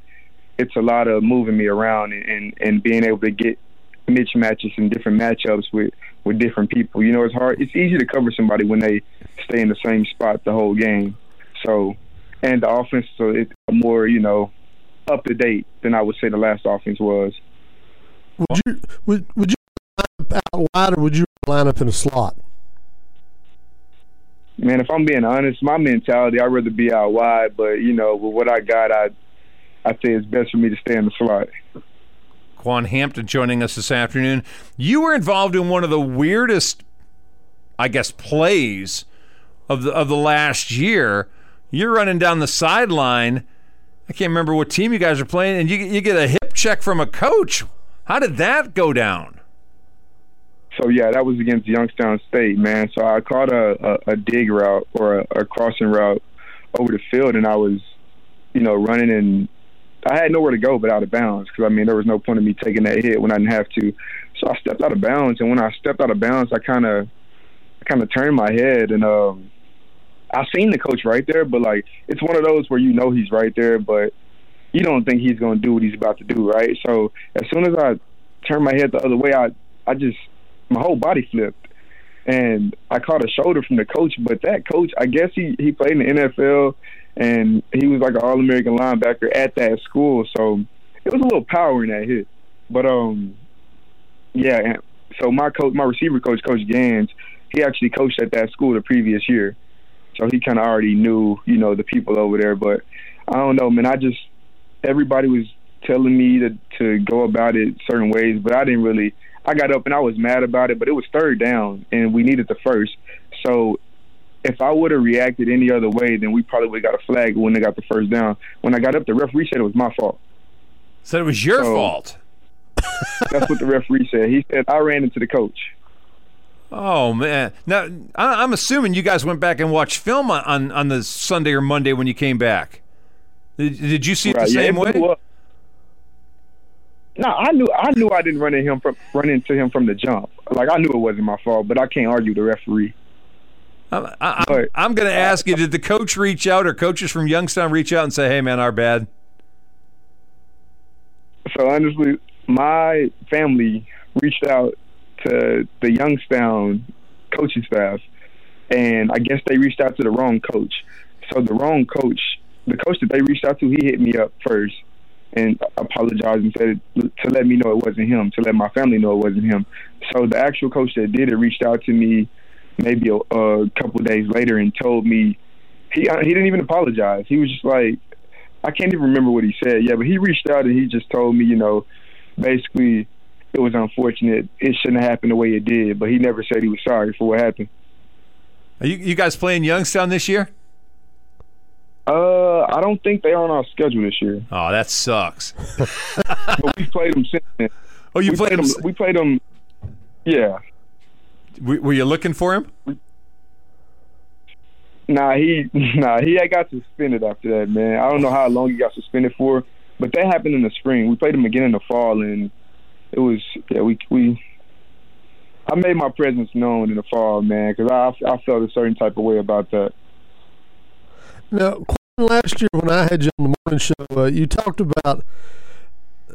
it's a lot of moving me around and and, and being able to get mismatches and different matchups with with different people. You know, it's hard. It's easy to cover somebody when they stay in the same spot the whole game. So. And the offense, so it's more, you know, up to date than I would say the last offense was. Would you would would you line up out wide or would you line up in a slot? Man, if I'm being honest, my mentality, I'd rather be out wide, but you know, with what I got, I I say it's best for me to stay in the slot. Quan Hampton joining us this afternoon. You were involved in one of the weirdest, I guess, plays of the of the last year. You're running down the sideline. I can't remember what team you guys are playing, and you you get a hip check from a coach. How did that go down? So yeah, that was against Youngstown State, man. So I caught a, a, a dig route or a, a crossing route over the field, and I was, you know, running and I had nowhere to go but out of bounds because I mean there was no point in me taking that hit when I didn't have to. So I stepped out of bounds, and when I stepped out of bounds, I kind of, I kind of turned my head, and um, I seen the coach right there, but like it's one of those where you know he's right there, but you don't think he's gonna do what he's about to do, right? So as soon as I turned my head the other way, I, I just my whole body flipped and I caught a shoulder from the coach, but that coach, I guess he he played in the NFL and he was like an All American linebacker at that school, so it was a little power in that hit. But um, yeah. And so my coach, my receiver coach, Coach Gans, he actually coached at that school the previous year, so he kind of already knew you know the people over there. But I don't know, man. I just everybody was telling me to to go about it certain ways, but I didn't really. I got up and I was mad about it, but it was third down and we needed the first. So if I would have reacted any other way, then we probably would have got a flag when they got the first down. When I got up, the referee said it was my fault. Said it was your So- fault. That's what the referee said. He said I ran into the coach. Oh man! Now I- I'm assuming you guys went back and watched film on, on, on the Sunday or Monday when you came back. Did, did you see it the yeah, same it way? blew up. No, I knew I knew I didn't run into him from run into him from the jump. Like I knew it wasn't my fault, but I can't argue the referee. I'm, I, I'm, Right. I'm going to ask you: Did the coach reach out, or coaches from Youngstown reach out and say, "Hey, man, our bad"? so honestly, my family reached out to the Youngstown coaching staff, and I guess they reached out to the wrong coach. So the wrong coach, the coach that they reached out to, he hit me up first, and apologized and said it, to let me know it wasn't him, to let my family know it wasn't him. So the actual coach that did it reached out to me maybe a, a couple days later and told me he he didn't even apologize. He was just like I can't even remember what he said. Yeah, but he reached out and he just told me, you know, basically it was unfortunate. It shouldn't have happened the way it did, but he never said he was sorry for what happened. Are you, you guys playing Youngstown this year? Uh, I don't think they are on our schedule this year, Oh, that sucks. but we played them since. Then. Oh, you we played him. them. We played them. Yeah. Were were you looking for him? Nah, he [LAUGHS] nah he had got suspended after that, man. I don't know how long he got suspended for, but that happened in the spring. We played him again in the fall, and it was yeah we we. I made my presence known in the fall, man, because I I felt a certain type of way about that. Now, Quinn, last year when I had you on the morning show, uh, you talked about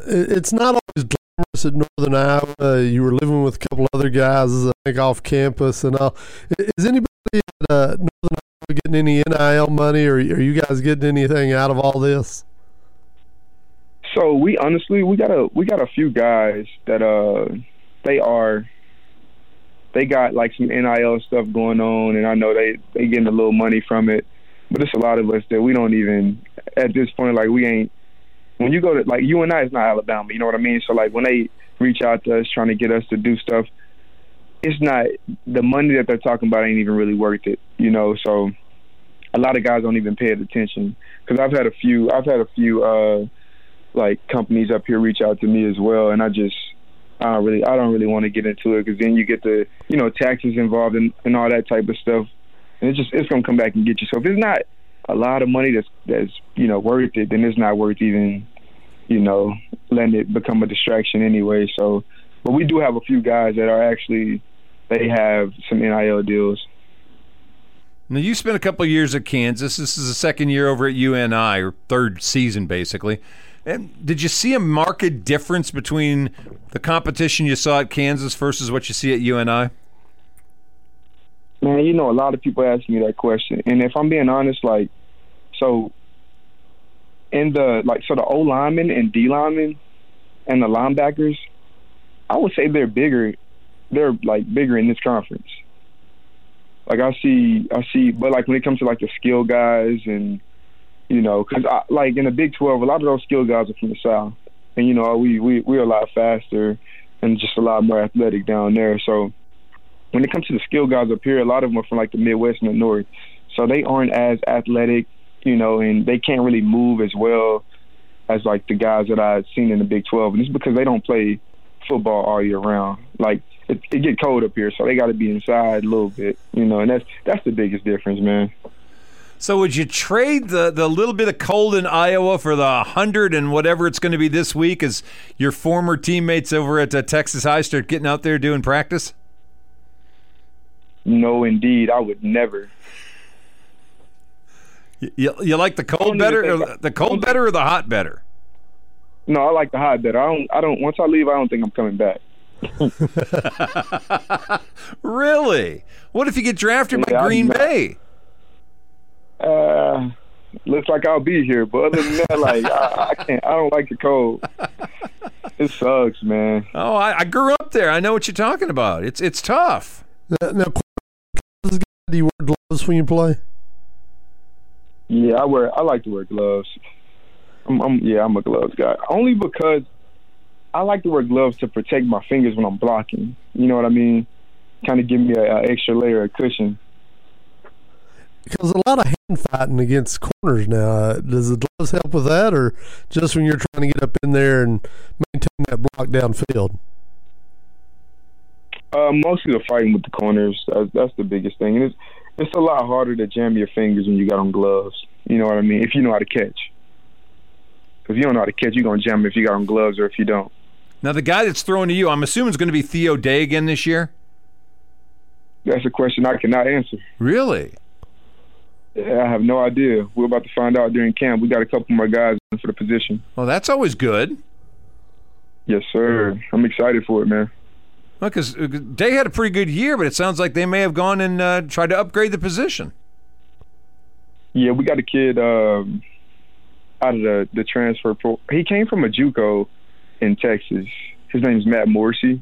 it, it's not always glamorous at Northern Iowa. Uh, you were living with a couple other guys, I think, off campus and all. I- Is anybody at uh, Northern Iowa getting any NIL money, or are you guys getting anything out of all this? So we honestly we got a we got a few guys that uh they are they got like some NIL stuff going on and I know they they getting a little money from it. But it's a lot of us that we don't even at this point like we ain't when you go to like you and I is not Alabama, you know what I mean? So like when they reach out to us trying to get us to do stuff, it's not the money that they're talking about ain't even really worth it, you know. So a lot of guys don't even pay it attention because I've had a few I've had a few uh like companies up here reach out to me as well, and I just I don't really I don't really want to get into it because then you get the you know taxes involved and, and all that type of stuff, and it's just it's gonna come back and get you. So if it's not a lot of money that's that's you know worth it, then it's not worth even you know letting it become a distraction anyway. So, but we do have a few guys that are actually they have some NIL deals. Now you spent a couple of years at Kansas. This is the second year over at UNI, or third season basically. And did you see a marked difference between the competition you saw at Kansas versus what you see at UNI? Man, you know, a lot of people ask me that question, and if I'm being honest, like, so in the like, so the O linemen and D linemen and the linebackers, I would say they're bigger. They're like bigger in this conference. Like I see, I see, but like when it comes to like the skill guys and you know, because I, like in the Big Twelve, a lot of those skill guys are from the South, and you know, we we we're a lot faster and just a lot more athletic down there, so when it comes to the skill guys up here, a lot of them are from like the Midwest and the North, so they aren't as athletic, you know, and they can't really move as well as like the guys that I've seen in the Big 12, and it's because they don't play football all year round. Like it, it get cold up here, so they got to be inside a little bit, you know, and that's that's the biggest difference, man. So would you trade the, the little bit of cold in Iowa for the hundred and whatever it's going to be this week as your former teammates over at uh, Texas High start getting out there doing practice? No, indeed, I would never. You, you, you like the cold even better, think or the cold better or the hot better? No, I like the hot better. I don't. I don't. Once I leave, I don't think I'm coming back. Really? What if you get drafted Yeah, by I'm Green not- Bay? Uh, looks like I'll be here, but other than that, like I, I can't. I don't like the cold. It sucks, man. Oh, I, I grew up there. I know what you're talking about. It's it's tough. Now, now Quinn, do you wear gloves when you play? Yeah, I wear. I like to wear gloves. I'm, I'm yeah, I'm a gloves guy. Only because I like to wear gloves to protect my fingers when I'm blocking. You know what I mean? Kind of give me a, a extra layer of cushion. Because a lot of hand fighting against corners now. Uh, Does the gloves help with that, or just when you're trying to get up in there and maintain that block downfield? Uh, mostly the fighting with the corners. That's, that's the biggest thing, and it's it's a lot harder to jam your fingers when you got on gloves. You know what I mean? If you know how to catch. If you don't know how to catch, you're gonna jam if you got on gloves or if you don't. Now the guy that's throwing to you, I'm assuming is going to be Theo Day again this year. That's a question I cannot answer. Really? I have no idea. We're about to find out during camp. We got a couple more guys for the position. Well, that's always good. Yes, sir. I'm excited for it, man. Because Day uh, had a pretty good year, but it sounds like they may have gone and uh, tried to upgrade the position. Yeah, we got a kid. Um, out of the the transfer portal. He came from a JUCO in Texas. His name's Matt Morsey.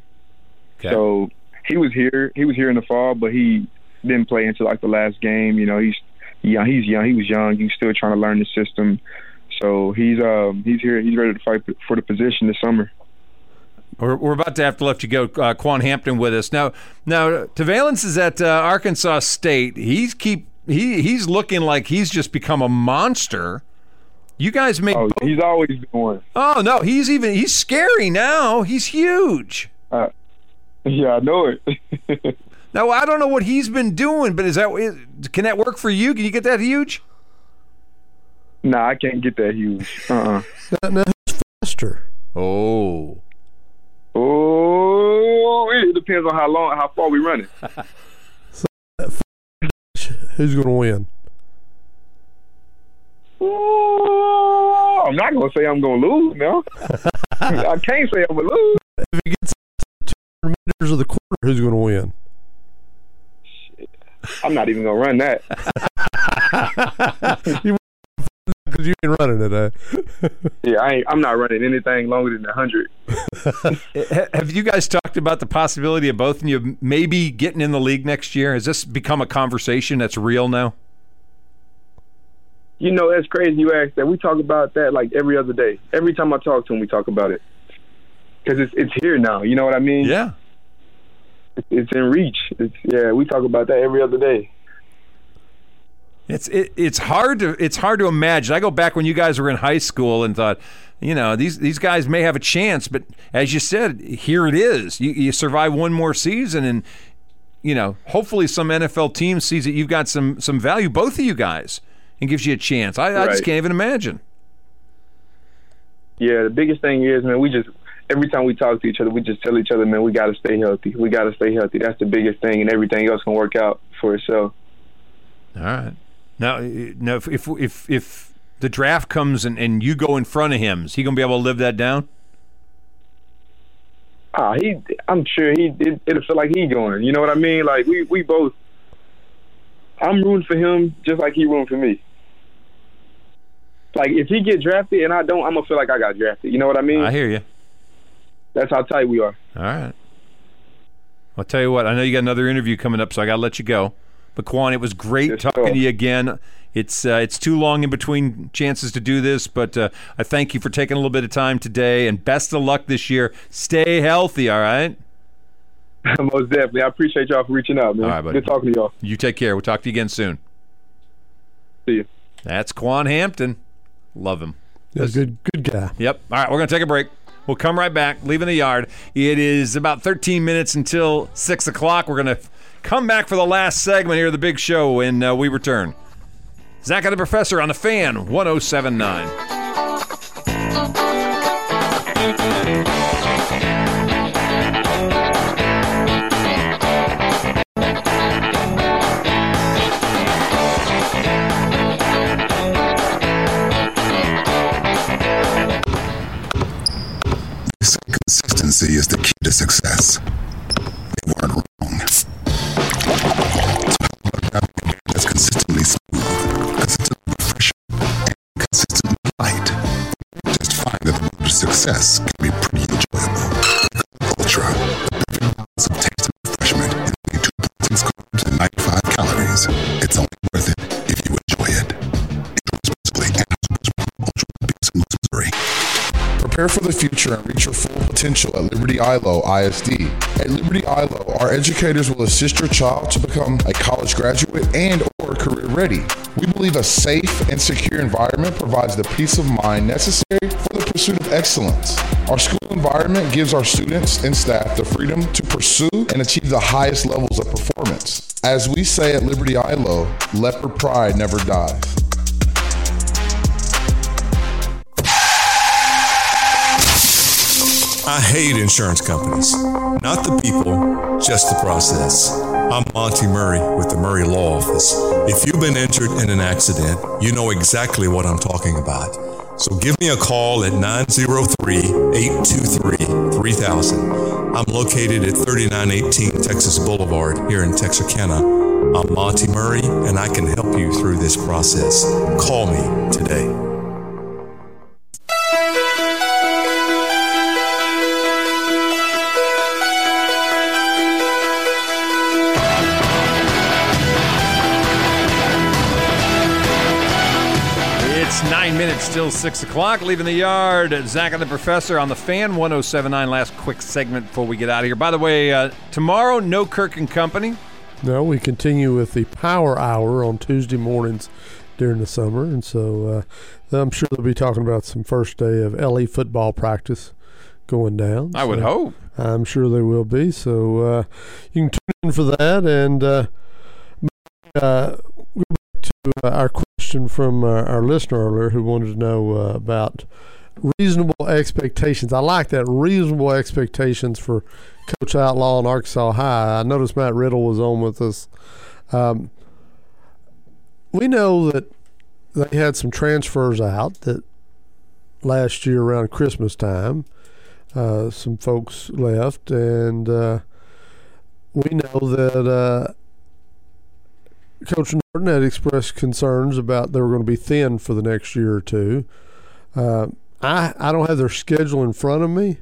Okay. So he was here. He was here in the fall, but he didn't play until like the last game. You know, he's young. He's young. He was young. He's still trying to learn the system. So he's um he's here. He's ready to fight for the position this summer. We're, we're about to have to let you go. Uh, Quan Hampton with us now. Now, Tavalence is at uh, Arkansas State. He's keep he he's looking like he's just become a monster. You guys make Oh, he's always been one. [LAUGHS] oh no, he's even he's scary now. He's huge. Yeah, I know it. [LAUGHS] Now I don't know what he's been doing, but is that is- can that work for you? Can you get that huge? nah, I can't get that huge. Uh. Now, now who's faster? Oh, uh Oh, it depends on how long, how far we running. Who's going to win? Ooh, I'm not gonna say I'm gonna lose now. I can't say I'm gonna lose. If he gets to 200 meters of the quarter, who's going to win? [LAUGHS] I'm not even gonna run that. Because you ain't running it, eh? [LAUGHS] Yeah, I ain't, I'm not running anything longer than 100. Ha- have you guys talked about the possibility of both of you maybe getting in the league next year? Has this become a conversation that's real now? You know, that's crazy you ask that. We talk about that like every other day. Every time I talk to him, we talk about it. Because it's, it's here now. You know what I mean? Yeah. It's in reach. It's, yeah, we talk about that every other day. It's it, it's hard to it's hard to imagine. I go back when you guys were in high school and thought, you know, these these guys may have a chance, but as you said, here it is. You, you survive one more season, and you know, hopefully, some NFL team sees that you've got some some value, both of you guys, and gives you a chance. I, I just Right. can't even imagine. Yeah, the biggest thing is, man, we just, every time we talk to each other, we just tell each other, man, we got to stay healthy. We got to stay healthy. That's the biggest thing, and everything else can work out for itself. All right. Now, eh, now if if if, if the draft comes and, and you go in front of him, is he going to be able to live that down? Ah, he. I'm sure he. It, it'll feel like he going. You know what I mean? Like we, we both. I'm rooting for him just like he rooting for me. Like if he get drafted and I don't, I'm gonna feel like I got drafted. You know what I mean? I hear you. That's how tight we are. [LAUGHS] All right. I'll tell you what. I know you got another interview coming up, so I got to let you go. But Quan, it was great Yes, talking sir. to you again. It's uh, it's too long in between chances to do this, but uh, I thank you for taking a little bit of time today, and best of luck this year. Stay healthy, all right? Most definitely. I appreciate y'all for reaching out, man. All right, buddy. Good talking to y'all. You take care. We'll talk to you again soon. See you. That's Quan Hampton. Love him. Yeah, good, good guy. Yep. All right, we're going to take a break. We'll come right back, leaving the yard. It is about 13 minutes until 6 o'clock. We're going to come back for the last segment here of the big show when uh, we return. Zach and the Professor on the fan 1079. Consistency is the key to success. They weren't wrong. So that's consistently smooth, consistently fresh, and consistently light. Just find that the road to success can be pretty enjoyable. Ultra, the perfect balance of taste and refreshment, and only 2.6 carbs and 95 calories. It's only worth it if you enjoy it. Enjoy responsibly and house responsibly. Ultra Beats in Missouri. Prepare for the future and reach your full potential at Liberty ILO ISD. At Liberty ILO, our educators will assist your child to become a college graduate and or career ready. We believe a safe and secure environment provides the peace of mind necessary for the pursuit of excellence. Our school environment gives our students and staff the freedom to pursue and achieve the highest levels of performance. As we say at Liberty ILO, leopard pride never dies. I hate insurance companies. Not the people, just the process. I'm Monty Murray with the Murray Law Office. If you've been injured in an accident, you know exactly what I'm talking about. So give me a call at 903 823 3000. I'm located at 3918 Texas Boulevard here in Texarkana. I'm Monty Murray, and I can help you through this process. Call me today. still 6 o'clock. Leaving the yard, Zach and the Professor on the fan 1079. Last quick segment before we get out of here. By the way, uh, tomorrow, no Kirk and Company. No, we continue with the power hour on Tuesday mornings during the summer, and so uh, I'm sure they'll be talking about some first day of LE football practice going down. I would So hope. I'm sure they will be. So uh, you can tune in for that, and uh, uh, go back to uh, our question from uh, our listener earlier who wanted to know uh, about reasonable expectations. I like that reasonable expectations for Coach Outlaw and Arkansas High. I noticed Matt Riddle was on with us. Um, we know that they had some transfers out that last year around Christmas time. Uh, some folks left, and uh, we know that uh, Coach Norton had expressed concerns about they were going to be thin for the next year or two. Uh, I I don't have their schedule in front of me.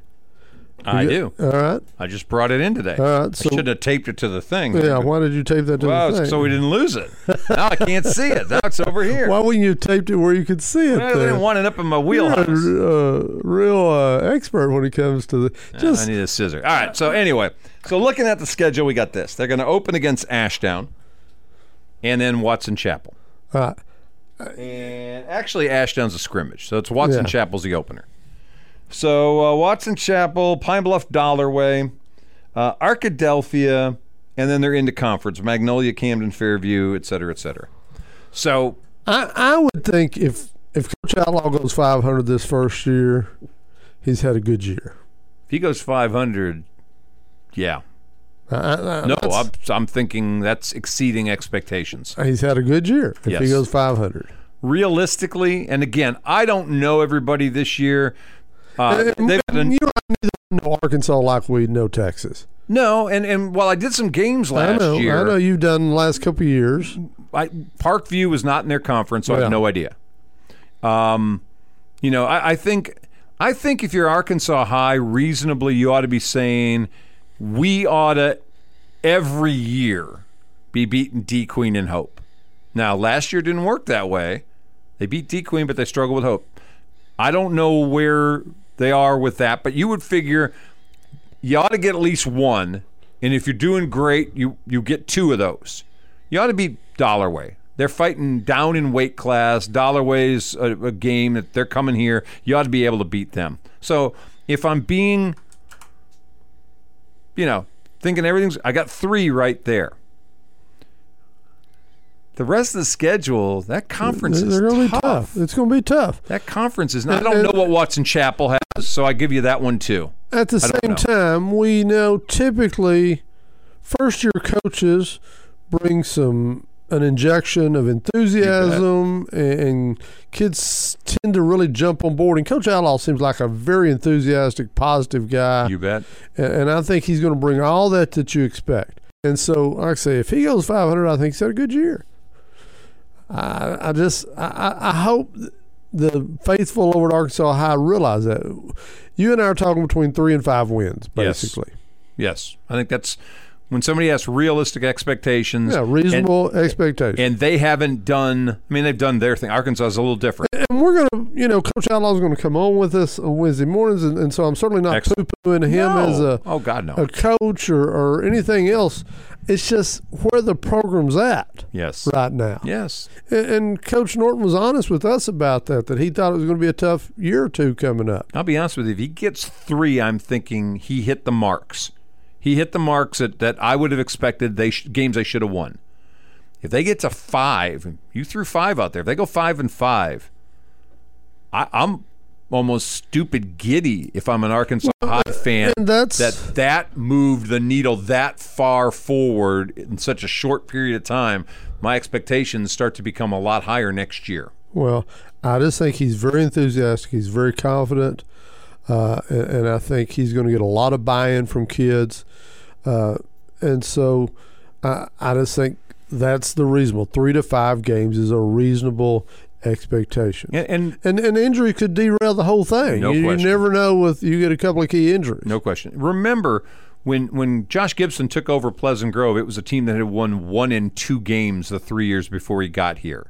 I You- do. All right. I just brought it in today. All right, I so- shouldn't have taped it to the thing. Yeah. Why did you tape that to Wow, the thing? so we didn't lose it. Now I can't see it. Now it's over here. why wouldn't you tape it where you could see it? I there? didn't want it up in my You're wheelhouse. a r- uh, real uh, expert when it comes to the I just need a scissor. All right. So anyway, so looking at the schedule, we got this. They're going to open against Ashdown, and then Watson Chapel. uh, And actually, Ashdown's a scrimmage, so it's Watson Yeah. Chapel's the opener. So uh, Watson Chapel, Pine Bluff, Dollarway, uh, Arkadelphia, and then they're into conference: Magnolia, Camden, Fairview, et cetera, et cetera. So I, I would think if if Coach Outlaw goes 500 this first year, he's had a good year. if he goes 500, yeah, I, I, I- no, that's- I'm, I'm thinking that's exceeding expectations. he's had a good year. If he Yes. goes 500, realistically, and again, I don't know everybody this year. Uh, they've got you a, don't neither one know Arkansas like we know Texas. no, and and while I did some games I last know. year, I know you've done the last couple of years. I, Parkview was not in their conference, so I Yeah. have no idea. Um, you know, I, I think I think if you're Arkansas High, reasonably, you ought to be saying we ought to every year be beating D Queen and Hope. Now, last year didn't work that way. They beat D Queen, but they struggled with Hope. I don't know where they are with that, but you would figure you ought to get at least one, and if you're doing great, you you get two of those. You ought to beat Dollarway. They're fighting down in weight class. Dollarway's a, a game that they're coming here. You ought to be able to beat them. So if I'm being, you know, thinking everything's, I got three right there. The rest of the schedule, that conference They're, is going to be tough. tough. It's going to be tough. That conference is not. I don't know what Watson Chapel has, so I give you that one too. At the don't same know. time, we know typically first year coaches bring some an injection of enthusiasm and, and kids tend to really jump on board and coach outlaw seems like a very enthusiastic positive guy You bet. and, and i think he's going to bring all that that you expect and so like i say if he goes 500 i think he's had a good year i, I just I, I- I hope the faithful over at arkansas high realize that you and i are talking between three and five wins Yes. basically Yes, I think that's when somebody has realistic expectations. Yeah, and- reasonable expectations. And, they haven't done. I mean, they've done their thing. Arkansas is a little different. and we're gonna, you know, Coach Outlaw's gonna come on with us on Wednesday mornings, and, and so I'm certainly not poo Excellent. pooing him No. as a oh God no. a coach or, or anything else. It's just where the program's at yes. right now. Yes. And, and Coach Norton was honest with us about that, that he thought it was gonna be a tough year or two coming up. I'll be honest with you. If he gets three, I'm thinking he hit the marks. He hit the marks that, that I would have expected. They sh- games they should have won. If they get to five, you threw five out there. If they go five and five, I, I'm almost stupid giddy if I'm an Arkansas High fan. And that's that that moved the needle that far forward in such a short period of time. My expectations start to become a lot higher next year. Well, I just think he's very enthusiastic. He's very confident, uh, and, and I think he's going to get a lot of buy-in from kids. Uh, and so, I, I just think that's the reasonable three to five games is a reasonable expectation. And, and And an injury could derail the whole thing. No you, you question. never know with you get a couple of key injuries. No question. Remember when when Josh Gibson took over Pleasant Grove, it was a team that had won one in two games the three years before he got here.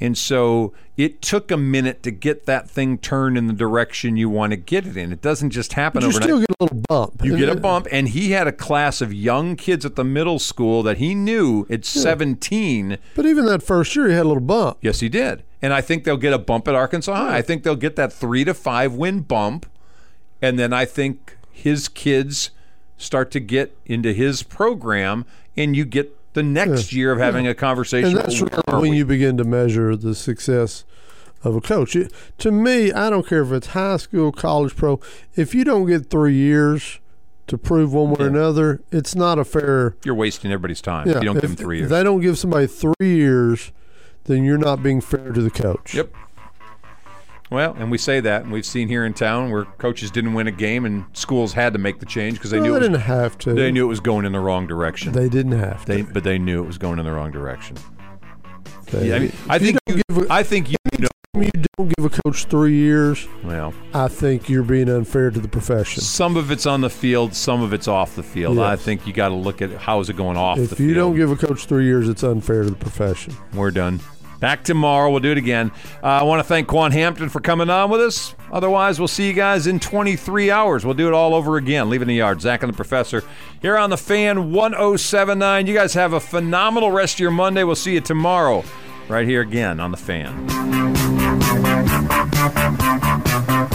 And so it took a minute to get that thing turned in the direction you want to get it in. It doesn't just happen But you overnight. still get a little bump. You And get a it- bump, and he had a class of young kids at the middle school that he knew at 17. But even that first year, you had a little bump. Yes, he did. And I think they'll get a bump at Arkansas High. I think they'll get that three to five win bump. And then I think his kids start to get into his program, and you get the next year of having a conversation. And about that's where really are when we? you begin to measure the success of a coach. It- to me, I don't care if it's high school, college, pro. If you don't get three years to prove one way or another, it's not a fair. You're wasting everybody's time Yeah, if you don't if, give them three if years. they don't give somebody three years, then you're not being fair to the coach. Yep. Well, and we say that, and we've seen here in town where coaches didn't win a game and schools had to make the change because they No, knew they it was didn't have to. They knew it was going in the wrong direction. They didn't have to. They, but they knew it was going in the wrong direction. They- Yeah, I mean, I If you think don't you, give a- I think you know. you don't give a coach three years, Well, I think you're being unfair to the profession. some of it's on the field, some of it's off the field. I Yes. think you got to look at how is it going off the If field. you don't give a coach three years, it's unfair to the profession. We're done. Back tomorrow. We'll do it again. Uh, I want to thank Quan Hampton for coming on with us. Otherwise, we'll see you guys in 23 hours. We'll do it all over again. Leaving the yard. Zach and the professor here on the fan 1079. You guys have a phenomenal rest of your Monday. We'll see you tomorrow right here again on the fan.